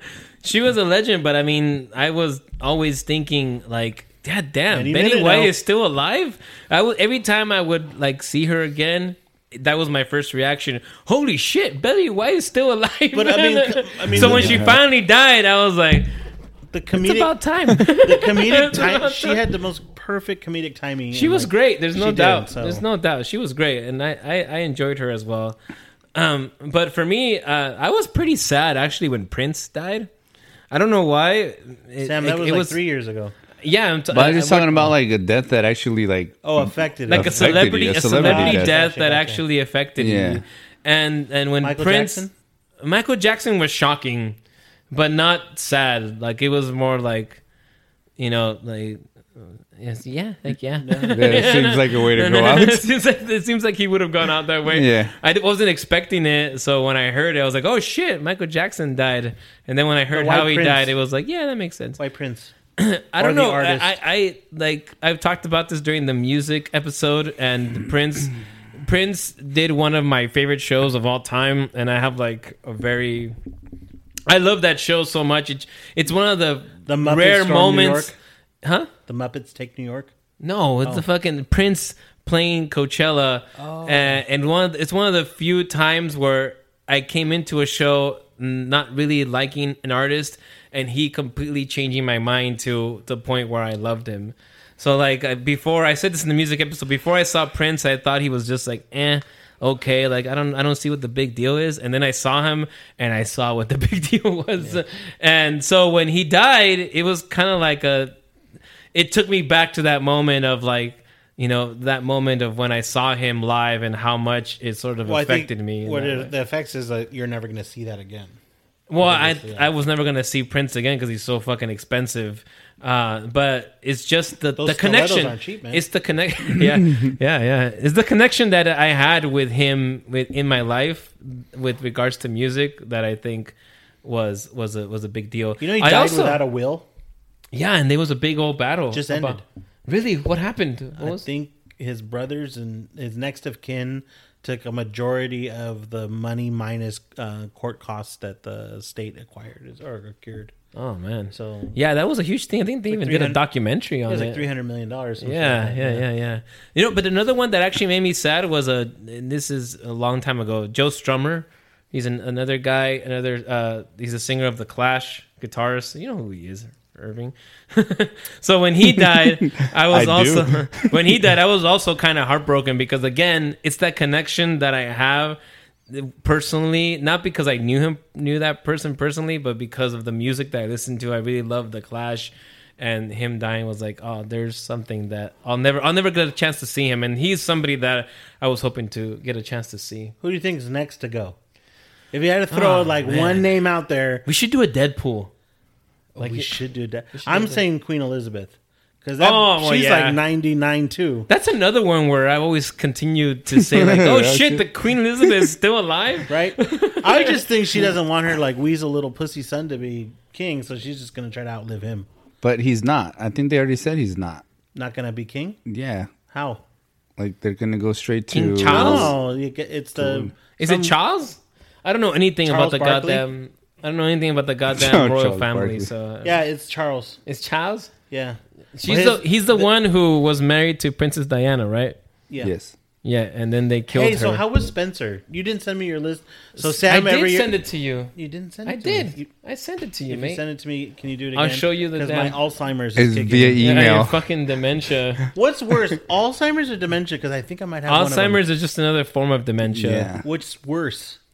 she was a legend. But I mean, I was always thinking like, God damn, Any Betty minute White now." is still alive. I would every time I would like see her again. That was my first reaction. Holy shit, Betty White is still *laughs* alive. But, I mean, c- I mean, so when look she at her. finally died, I was like, The it's about comedic, time. *laughs* the comedic It's time. about She time. had the most perfect comedic timing. She and, was like, great. There's she no did, doubt. so- There's no doubt. She was great, and I I, I enjoyed her as well. Um, but for me, uh, I was pretty sad actually when Prince died. I don't know why. It- Sam, that it- was it like three years ago. Yeah, I'm t- But I was just talking about like a death that actually like Oh, affected. like a us. affected celebrity, you, a a celebrity, celebrity death, death. Gotcha, that gotcha. actually affected Yeah. you. And and when Michael Prince, Jackson? Michael Jackson was shocking, but not sad. Like it was more like, you know, like uh, yes, yeah, like yeah. *laughs* that it seems like a way to go out. it, *laughs* seems like, it seems like he would have gone out that way. Yeah. I d- wasn't expecting it, so when I heard it, I was like, "Oh shit, Michael Jackson died!" And then when I heard White how he Prince. died, it was like, "Yeah, that makes sense." White Prince. I don't the know. I, artist. I, I like I've talked about this during the music episode, and Prince *clears throat* Prince did one of my favorite shows of all time, and I have like a very I love that show so much. It, it's one of the, The Muppets rare Storm New moments, York. huh? The Muppets take New York. No, it's the fucking Prince playing Coachella, uh, and one of the, it's one of the few times where I came into a show not really liking an artist, and he completely changing my mind to the point where I loved him. So like I- before, I said this in the music episode. Before I saw Prince, I thought he was just like eh. Okay, like I don't, I don't see what the big deal is, and then I saw him, and I saw what the *laughs* big deal was, and so when he died, it was kind of like a, it took me back to that moment of like you know that moment of when I saw him live and how much it sort of Well, I think affected me. in What that it- way. the effects is that you're never going to see that again. Well, I I was never gonna see Prince again because he's so fucking expensive. Uh, but it's just the Those the stilettos connection. aren't cheap, man. It's the connect. *laughs* yeah, yeah, yeah. It's the connection that I had with him with in my life with regards to music that I think was was a was a big deal. You know, he I died also- without a will. yeah, and there was a big old battle. Just about- ended. Really, what happened? What I was- think his brothers and his next of kin took a majority of the money minus uh, court costs that the state acquired or cured. Oh man. So Yeah, that was a huge thing. I think they even did a 300 documentary it on was it. like three hundred million dollars. yeah, yeah, yeah, yeah. You know, but another one that actually made me sad was a. And this is a long time ago. Joe Strummer. He's an, another guy. Another. Uh, he's a singer of the Clash, guitarist. You know who he is, Irving. *laughs* so when he *laughs* died, I was I do. also *laughs* when he died. I was also kind of heartbroken because again, it's that connection that I have personally not because i knew him knew that person personally but because of the music that i listened to i really loved the clash and him dying was like oh there's something that i'll never i'll never get a chance to see him and he's somebody that i was hoping to get a chance to see Who do you think is next to go? If you had to throw Oh, like man. one name out there, we should do a deadpool like we it- should do that. should I'm do that. saying Queen Elizabeth because that Oh, well, she's yeah. like 99 too. that's another one where i've always continued to say *laughs* like oh Yeah, shit shit. the queen elizabeth is still alive *laughs* Right? I just think she doesn't want her like weasel little pussy son to be king, so she's just gonna try to outlive him. But he's not. I think they already said he's not. Not gonna be king? Yeah. How? Like they're gonna go straight King to Charles? Oh, you get- it's the is it charles i don't know anything Charles about the Barkley? goddamn i don't know anything *laughs* about the goddamn Charles royal Barkley. family so yeah, it's Charles. it's charles Yeah, She's Well, his- the, he's the, one who was married to Princess Diana, right? yeah. Yes. Yeah, and then they killed Hey, her. so how was Spencer? You didn't send me your list. So I Sam, did every year- send it to you. You didn't send it. I to did. Me. You, I sent it to you, if you mate. send it to me, can you do it again? I'll show you the 'Cause my damn- Alzheimer's It's is kicking via in. *laughs* Yeah, email. *laughs* your fucking dementia. What's worse, Alzheimer's or dementia? Because I think I might have *laughs* One of them. Alzheimer's is just another form of dementia. Yeah. What's worse? *laughs*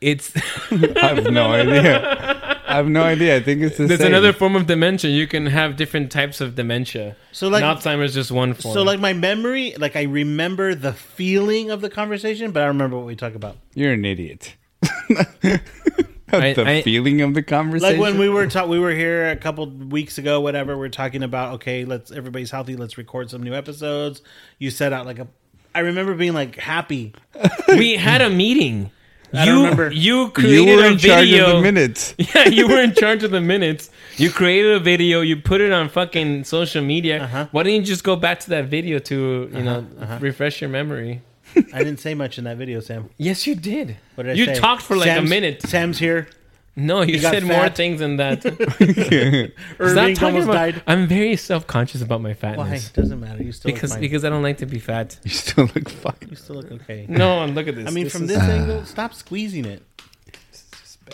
It's *laughs* I have no idea. I have no idea. I think it's the there's same. another form of dementia. You can have different types of dementia. So, like- And Alzheimer's is just one form. So, like my memory, like I remember the feeling of the conversation, but I don't remember what we talked about. You're an idiot. *laughs* I- the I- feeling of the conversation. Like when we were ta- we were here a couple weeks ago, whatever. We're talking about okay, let's everybody's healthy. Let's record some new episodes. You set out like a. I remember being like happy. we had a meeting. I you don't remember. you you created were a in charge video. of the minutes. *laughs* *laughs* yeah, you were in charge of the minutes. You created a video. You put it on fucking social media. Why didn't you just go back to that video to you know refresh your memory? I didn't say much in that video, Sam. Yes, you did. What did I you say? talked for like Sam's- a minute. Sam's here. No, you, You got said more fat. things than *laughs* that. Irving almost about, died. I'm very self conscious about my Why? fatness Doesn't matter. You still because look fine. because I don't like to be fat. You still look fine. you still look okay. No, and look at this. I mean, from is this angle, stop squeezing it.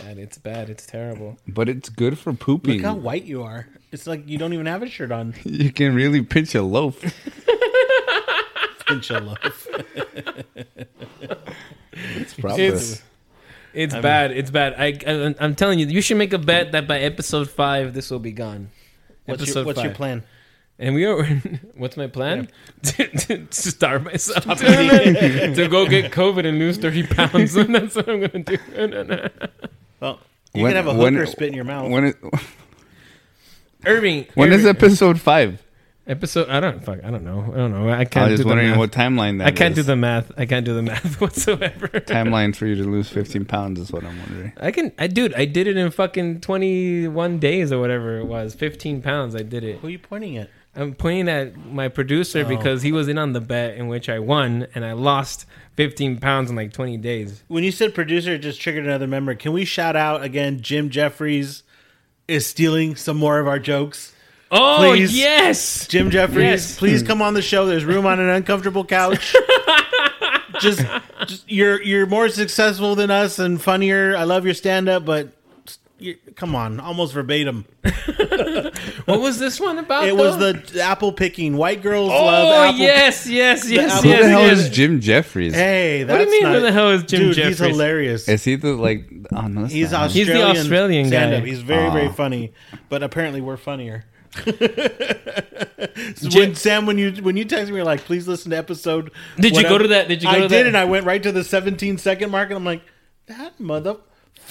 bad. It's bad. It's terrible. But it's good for Look pooping. how white you are. It's like you don't even have a shirt *laughs* on. you can really pinch *laughs* a loaf. Pinch a loaf. It's probably. It's it's bad. It's bad. I, I I'm telling you, you should make a bet that by episode five, this will be gone. What's, your, what's your plan? And we are. *laughs* What's my plan? *laughs* to, to, to starve *laughs* myself to, to go get COVID and lose thirty pounds, *laughs* and that's what I'm gonna do. Well, you When- can have a when- hooker spit in your mouth. When it, Irving, when is Irving- episode five? episode? I don't fuck. I don't know. I don't know. I I can't was do just the wondering math. what timeline that I can't do is. the math. I can't do the *laughs* math whatsoever. timeline for you to lose 15 pounds is what I'm wondering. I can. I dude. I did it in fucking twenty one days or whatever it was. Fifteen pounds. I did it. Who are you pointing at? I'm pointing at my producer because he was in on the bet in which I won and I lost 15 pounds in like 20 days. When you said producer, it just triggered another memory. Can we shout out again? Jim Jeffries is stealing some more of our jokes. Oh, Please. yes. Jim Jeffries, Yes. please come on the show. There's room on an *laughs* uncomfortable couch. just, just you're you're more successful than us and funnier. I love your stand up, but you come on, almost verbatim. What was this one about? It was though? the apple picking. White girls Oh, love apple. yes, yes, yes, yes. apple- Who the hell yes. is Jim Jeffries? Hey, do that's you mean, Not, who the hell is Jim Dude, Jeffries? He's hilarious. Is he the like? Oh no, that's He's not him. Australian. the Australian guy. stand-up. He's very very Ah. funny, but apparently we're funnier. *laughs* when, Sam, when you when you text me, you're like, "Please listen to episode." Did you whatever." go to that- did you go to I did, that? and I went right to the 17 second mark, and I'm like, "That motherfucker."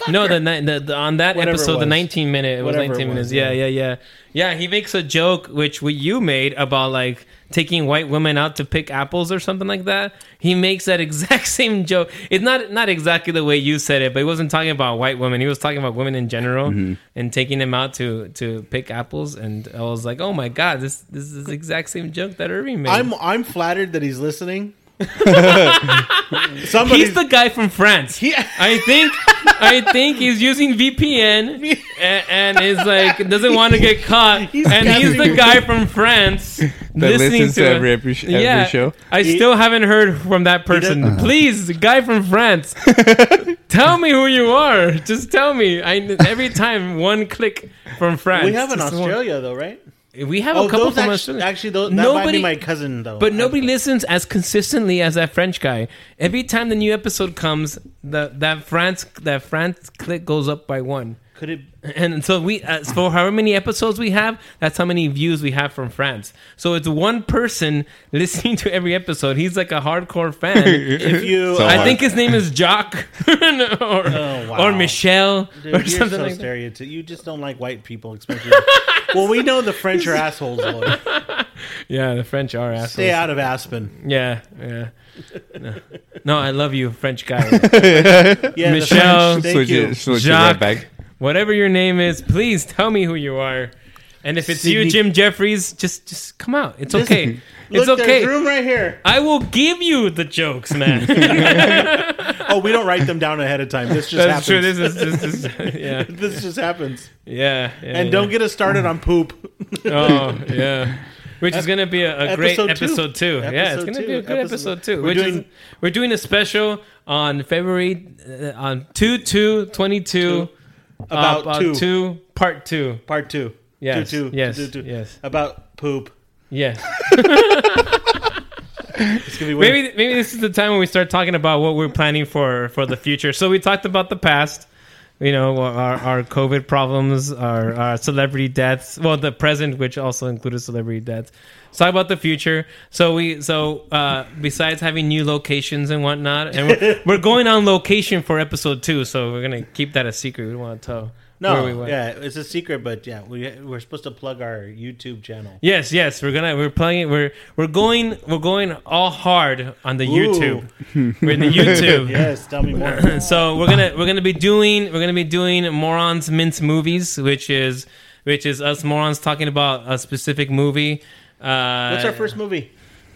No, the, ni- the, the on that Whatever it episode, the was. 19 minute, it was Whatever it 19 minutes. was, Yeah, yeah, yeah. yeah, yeah. He makes a joke which we, you made about like taking white women out to pick apples or something like that. He makes that *laughs* exact same joke. It's not not exactly the way you said it, but he wasn't talking about white women. He was talking about women in general Mm-hmm. and taking them out to to pick apples. And I was like, oh my god, this this is the exact same joke that Irving made. I'm I'm flattered that he's *laughs* listening. Somebody's He's the guy from France. He- *laughs* I think I think he's using VPN a- and, and is like doesn't want to *laughs* get caught. and he's the guy from France that listening listens to it. every epi- every yeah, show. I still haven't heard from that person. Please, the guy from *laughs* France, tell me who you are. Just tell me. I every time one click from France. We have *laughs* in Just one. Australia though, right? Oh, We have a couple those from actu- Australia. Actually, those, that might be my cousin though. Oh, But nobody I- listens as consistently as that French guy. Every time the new episode comes, the that France that France click goes up by one. could it. And so we, uh, for however many episodes we have, that's how many views we have from France. So it's one person *laughs* listening to every episode. He's like a hardcore *laughs* fan. If you, So I hard. think his name is Jock *laughs* or, Oh, wow. or Michelle Dude, or you're something so like that. stereotypical. You just don't like white people, especially. *laughs* well, we know the French are *laughs* assholes. Lloyd. Yeah, the French are assholes. Stay out of Aspen. Yeah, yeah. No, no I love you, French *laughs* guy. Yeah, the Michelle, French, thank Switch you. it, switch it Jacques, right back. whatever your name is, please tell me who you are. And if it's you, Sydney- Jim Jeffries, just just come out. It's Just- okay. Look, It's okay. There's room right here. I will give you the jokes, *laughs* man. Oh, we don't write them down ahead of time. This just That's happens. true. This is this is *laughs* yeah, *laughs* this just happens. yeah. yeah And don't get us started *laughs* on poop. *laughs* yeah. oh yeah. Which is gonna be a, a great Episode two. episode two. Yeah, it's Episode gonna two. be a good Episode- episode two. We're We're doing doing- we're doing a special on February uh, on two two twenty two uh, About two. two part two. Part two. Yes, Two, two, yes, two, two, two. yes. About poop. Yes. It's gonna be weird. maybe maybe this is the time when we start talking about what we're planning for for the future. So we talked about the past, you know, our our COVID problems, our, our celebrity deaths. Well, the present, which also included celebrity deaths. Let's talk about the future. So we so uh, besides having new locations and whatnot, and *laughs* we're, we're going on location for episode two. So we're gonna keep that a secret. We don't want to tell. no. where we went. yeah, it's a secret, but yeah, we we're supposed to plug our *laughs* YouTube channel. Yes, yes, we're gonna we're playing it. We're we're going we're going all hard on the YouTube. We're in *laughs* the YouTube. Yes, tell *laughs* me more. so we're gonna we're gonna be doing we're gonna be doing morons mince movies, which is which is us morons talking about a specific movie. Uh, What's our first movie?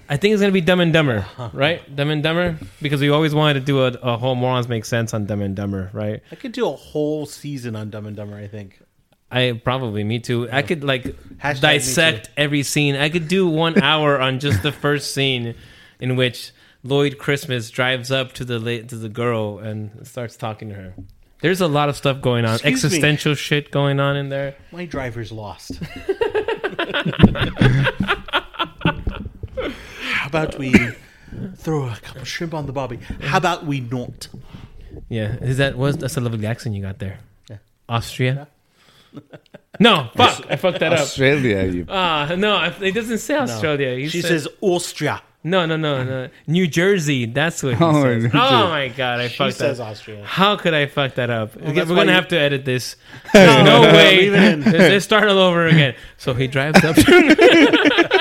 I think it's gonna be Dumb and Dumber, right? Dumb and Dumber, because we always wanted to do a, a whole morons make sense on Dumb and Dumber, right? I could do a whole season on Dumb and Dumber. I think. I probably me too. I could like Hashtag me dissect every scene. I could do one hour on just the first scene, in which Lloyd Christmas drives up to the la- to the girl and starts talking to her. There's a lot of stuff going on, Excuse me. existential shit going on in there. My driver's lost. How about we throw a couple shrimp on the barbie? How about we not? Yeah, is that was that's a lovely accent you got there? Austria. *laughs* No, fuck! I fucked that up. *laughs* Australia, you. Ah, no, I- it doesn't say Australia. He She said- says Austria. no, no, no, no. New Jersey. That's what he Oh, says. New Oh Jersey. my god, I She fucked that. says Austria. How could I fuck that up? We're that's gonna why you- have to edit *laughs* this. No, way. leave it in. Let's let's start all over again. So he drives up. *laughs* to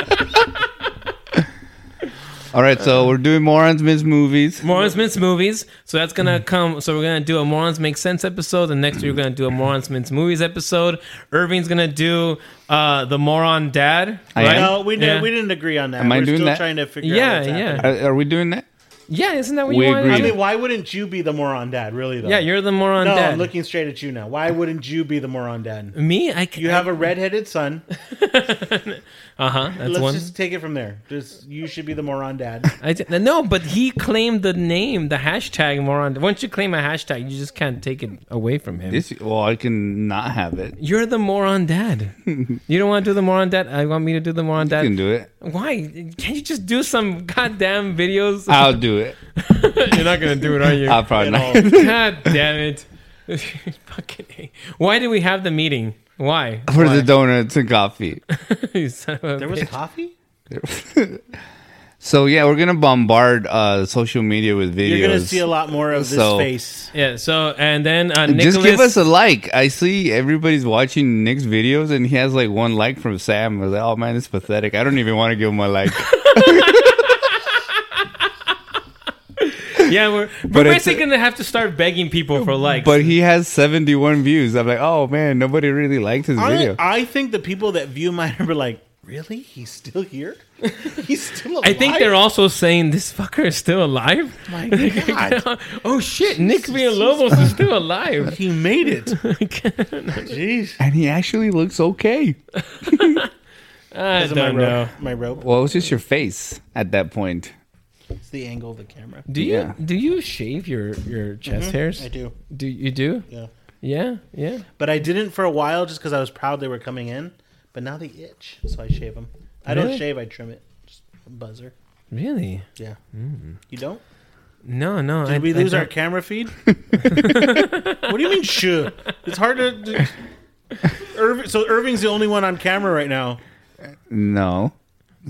All right, so we're doing morons miss movies. Morons Mints movies. So that's gonna come. So we're gonna do a Morons Make Sense episode. And next week we're gonna do a Morons Mints movies episode. Irving's gonna do uh, the Moron Dad. I am. No, we didn't. Yeah. We didn't agree on that. Am I We're doing still that? trying to figure out. Yeah, what's happening. yeah, Are, are we doing that? yeah. Isn't that what We you want? agree. I mean, why wouldn't you be the moron dad? Really though. yeah, you're the Moron No, Dad. I'm looking straight at you now. Why wouldn't you be the moron dad? Me, I can. You have a redheaded son. Uh huh. That's Let's one. just take it from there. Just you should be the *laughs* moron dad. I d- no, but he claimed the name, the hashtag Moron. Once you claim a hashtag, you just can't take it away from him. This, well, I can not have it. You're the moron *laughs* dad. you don't want to do the moron dad. I want me to do the moron I dad. can do it. Why? Can't you just do some goddamn videos? I'll do it. *laughs* You're not gonna do it, are you? *laughs* I'll probably Oh. not. God damn it! *laughs* Fucking. A. Why did we have the meeting? Why? *laughs* For the donuts and coffee. You son of a There was bitch. coffee. So yeah, we're gonna bombard uh, social media with videos. You're gonna see a lot more of this So- face. yeah. So and then uh, Nicholas. Just give us a like. I see everybody's watching Nick's videos, and he has like one like from Sam. I was like, oh man, it's pathetic. I don't even want to give him a *laughs* like. yeah, we're, we're But it's- basically gonna have to start begging people for likes. but he has 71 views. I'm like, oh man, nobody really liked his I, video. I think the people that view mine are like, really? He's still here? *laughs* He's still alive? I think they're also saying this fucker is still alive. *laughs* My God. oh shit, Nick Villalobos is still *laughs* alive. *laughs* He made it. Jeez. And he actually looks okay. I Is it my don't know. rope? My rope. Well, it was just your face at that point. It's the angle of the camera. Do you Yeah. do you shave your your chest hairs? Mm-hmm. I do. Do you do? Yeah. Yeah, yeah. But I didn't for a while just because I was proud they were coming in. But now they itch, so I shave them. I don't Really? shave, I trim it. Just a buzzer. Really? Yeah. You don't? No, no. Did I, we I lose our don't- *laughs* camera feed? what do you mean, sure? It's hard to. to Irv, so Irving's the only one on camera right now. No.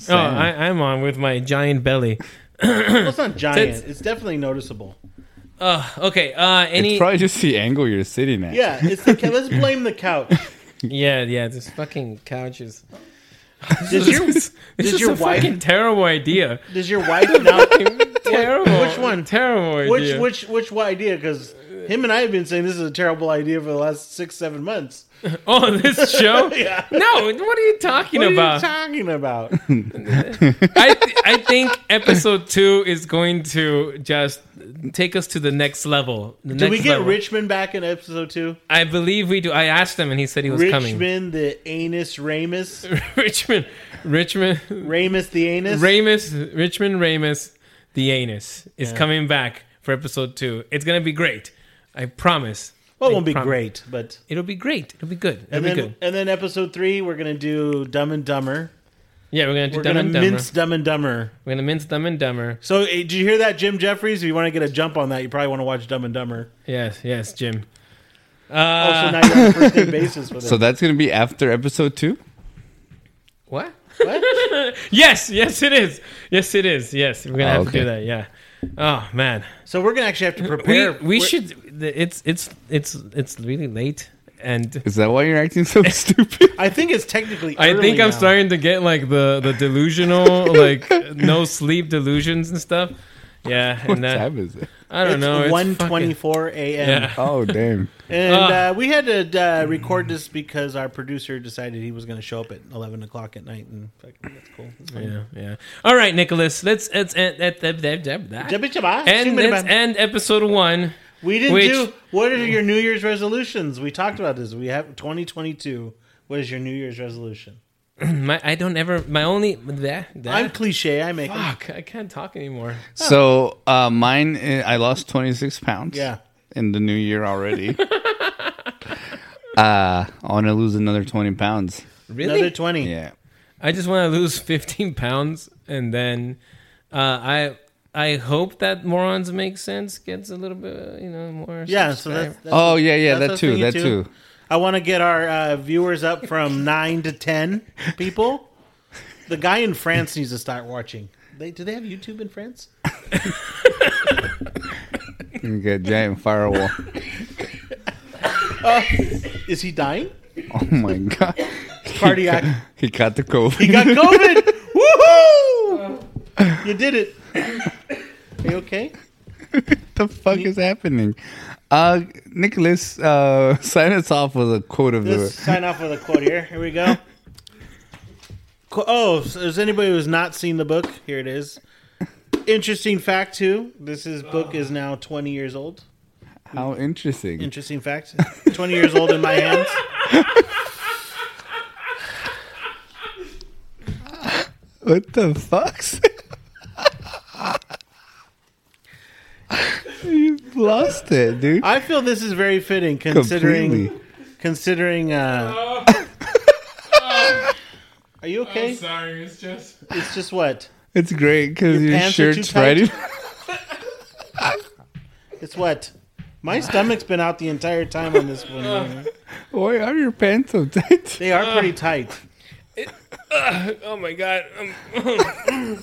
Oh, I, I'm on with my giant belly. Well, *laughs* it's not giant. Since- It's definitely noticeable. Uh, *laughs* okay. Uh, any? it's probably just the angle you're sitting at. Yeah, it's the, ca- let's blame *laughs* the couch. yeah, yeah. This fucking couch *laughs* is. Does your This does is your your a wife fucking terrible idea. does your *laughs* wife now? terrible. *laughs* Which one? Terrible idea. Which *laughs* which which one idea? Because him and I have been saying this is a terrible idea for the last six seven months. Oh, this show? *laughs* Yeah. No, what are you talking What about? are you *laughs* talking about? I, th- I think episode two is going to just take us to the next level. The Did next we get level. Richmond back in episode two? I believe we do. I asked him, and he said he was Richmond the *laughs* anus Ramus, coming. Richmond, Richmond, Ramus the anus. Ramus, Richmond Ramus, the anus is coming back for episode two. It's gonna be great. I promise. well, I it won't be promise. great, but It'll be great. It'll be good. It'll and be then good. and then episode three we're gonna do Dumb and Dumber. Yeah, we're gonna do We're Dumb gonna and Dumber. mince Dumb and Dumber. We're gonna mince Dumb and Dumber. So eh, did you hear that, Jim Jeffries? If you want to get a jump on that, you probably want to watch Dumb and Dumber. Yes, yes, Jim. Also, Oh, now you're on Uh, a first name basis *laughs* with it. So that's gonna be after episode two. What? What? *laughs* Yes, yes, it is. Yes, it is. Yes, we're gonna Oh, have to do that. okay. Yeah. Oh man, So we're gonna actually have to we prepare. we We're- should. the- It's it's it's it's really late, and Is that why you're acting so *laughs* stupid? I think it's technically. I early think I'm now. starting to get like the the *laughs* delusional, like no sleep delusions and stuff. Yeah, What and that time is it? I don't know. It's one fucking- twenty-four *laughs* a.m. Yeah. Ah. Oh damn! And uh, we had to uh, record this because our producer decided he was going to show up at eleven o'clock at night, and fuck, that's cool. That's fine. Yeah, yeah. All right, Nicholas. Let's let's end that that that that- that. Jibba jibba, and jibba let's jibba. end episode one. We didn't Which- do. What are your New Year's resolutions? We talked about this. We have 2022. What is your New Year's resolution? My I don't ever. My only that that. I'm cliche. I make. 'em. fuck. I can't talk anymore. So uh, mine, uh, I lost 26 pounds. Yeah. In the new year already. uh, I want to lose another 20 pounds. Really? Another 20. Yeah. I just want to lose 15 pounds, and then uh, I I hope that morons make sense gets a little bit you know more. Yeah. So subscribe- that's, that's Oh yeah, yeah. That's That us too. thinking That too. too. I want to get our uh, viewers up from *laughs* nine to ten people. The guy in France needs to start watching. They, do they have YouTube in France? You got a giant firewall. *laughs* Oh Is he *laughs* dying? Oh my god. Cardiac. *laughs* He caught the COVID. He got COVID. *laughs* Woohoo! Uh. You did it. Are you okay? the fuck is happening? Uh, Nicholas, uh, *laughs* sign us off with a quote of Let's the. sign off with a quote here. Here we go. Qu- Oh, so is anybody who's not seen the book? Here it is. Interesting fact too. This is book is now twenty years old. How interesting. Interesting fact. *laughs* 20 years old in my hands. What the fuck? *laughs* you lost it, dude. I feel this is very fitting considering Completely. considering uh *laughs* Oh, Are you okay? sorry, it's just It's just what? It's great because Your your, pants are too shirt's tight? right. It's what? My stomach's been out the entire time on this one. *laughs* Why are your pants so tight? They are pretty tight. oh my god. Um,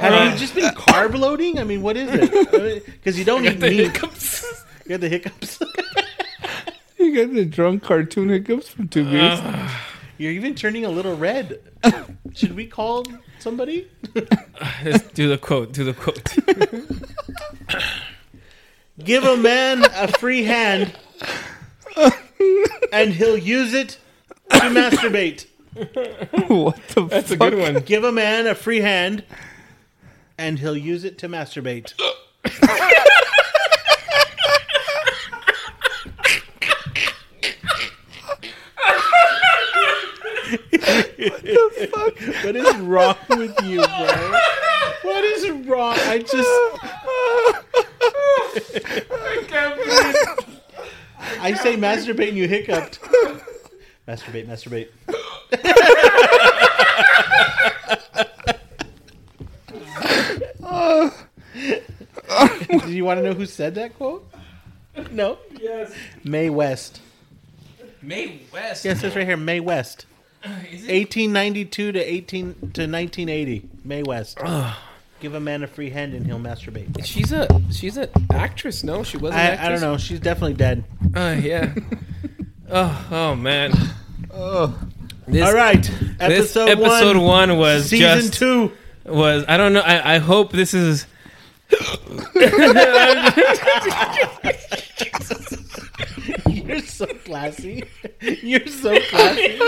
Have you just been carb loading? I mean, what is it? Because you don't eat the meat. hiccups. You got the hiccups. *laughs* You got the drunk cartoon hiccups for two beers. Uh, You're even turning a little red. Should we call somebody? Let's do the quote. Do the quote. Give a man a free hand, and he'll use it to masturbate. *laughs* what the That's a good one. Give a man a free hand, and he'll use it to masturbate. what the fuck? What is wrong with you, bro? What is wrong? I just, I say masturbate and you hiccuped. Masturbate, masturbate. Do you want to know who said that quote? No. Yes. May West. May West. Yes, it's right here. May West. Uh, 1892 to 18 to 1980. May West. Give a man a free hand and he'll masturbate. She's a she's an actress. No, she wasn't. I, I don't know. She's definitely dead. Uh, yeah. *laughs* oh, oh man. Oh. This, All right. This Episode, episode, one, one, was season just two. was. I don't know. I, I hope this is. You're so classy. *laughs* You're so classy. *laughs*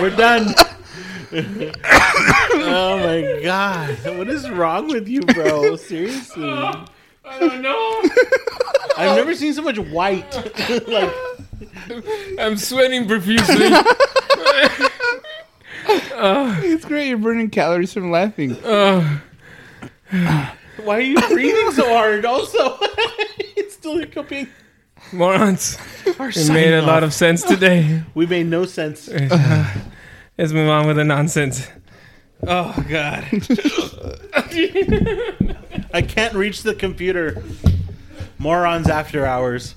We're done. oh my god. What is wrong with you, bro? Seriously. I don't know. I've never seen so much white. *laughs* like *laughs* I'm sweating *laughs* profusely. *laughs* It's great. You're burning calories from laughing. why are you breathing so hard also? *laughs* it's still hiccuping. Morons. It made a lot of sense today. We made no sense. Let's move on with the nonsense. Oh God. I can't reach the computer. Morons after hours.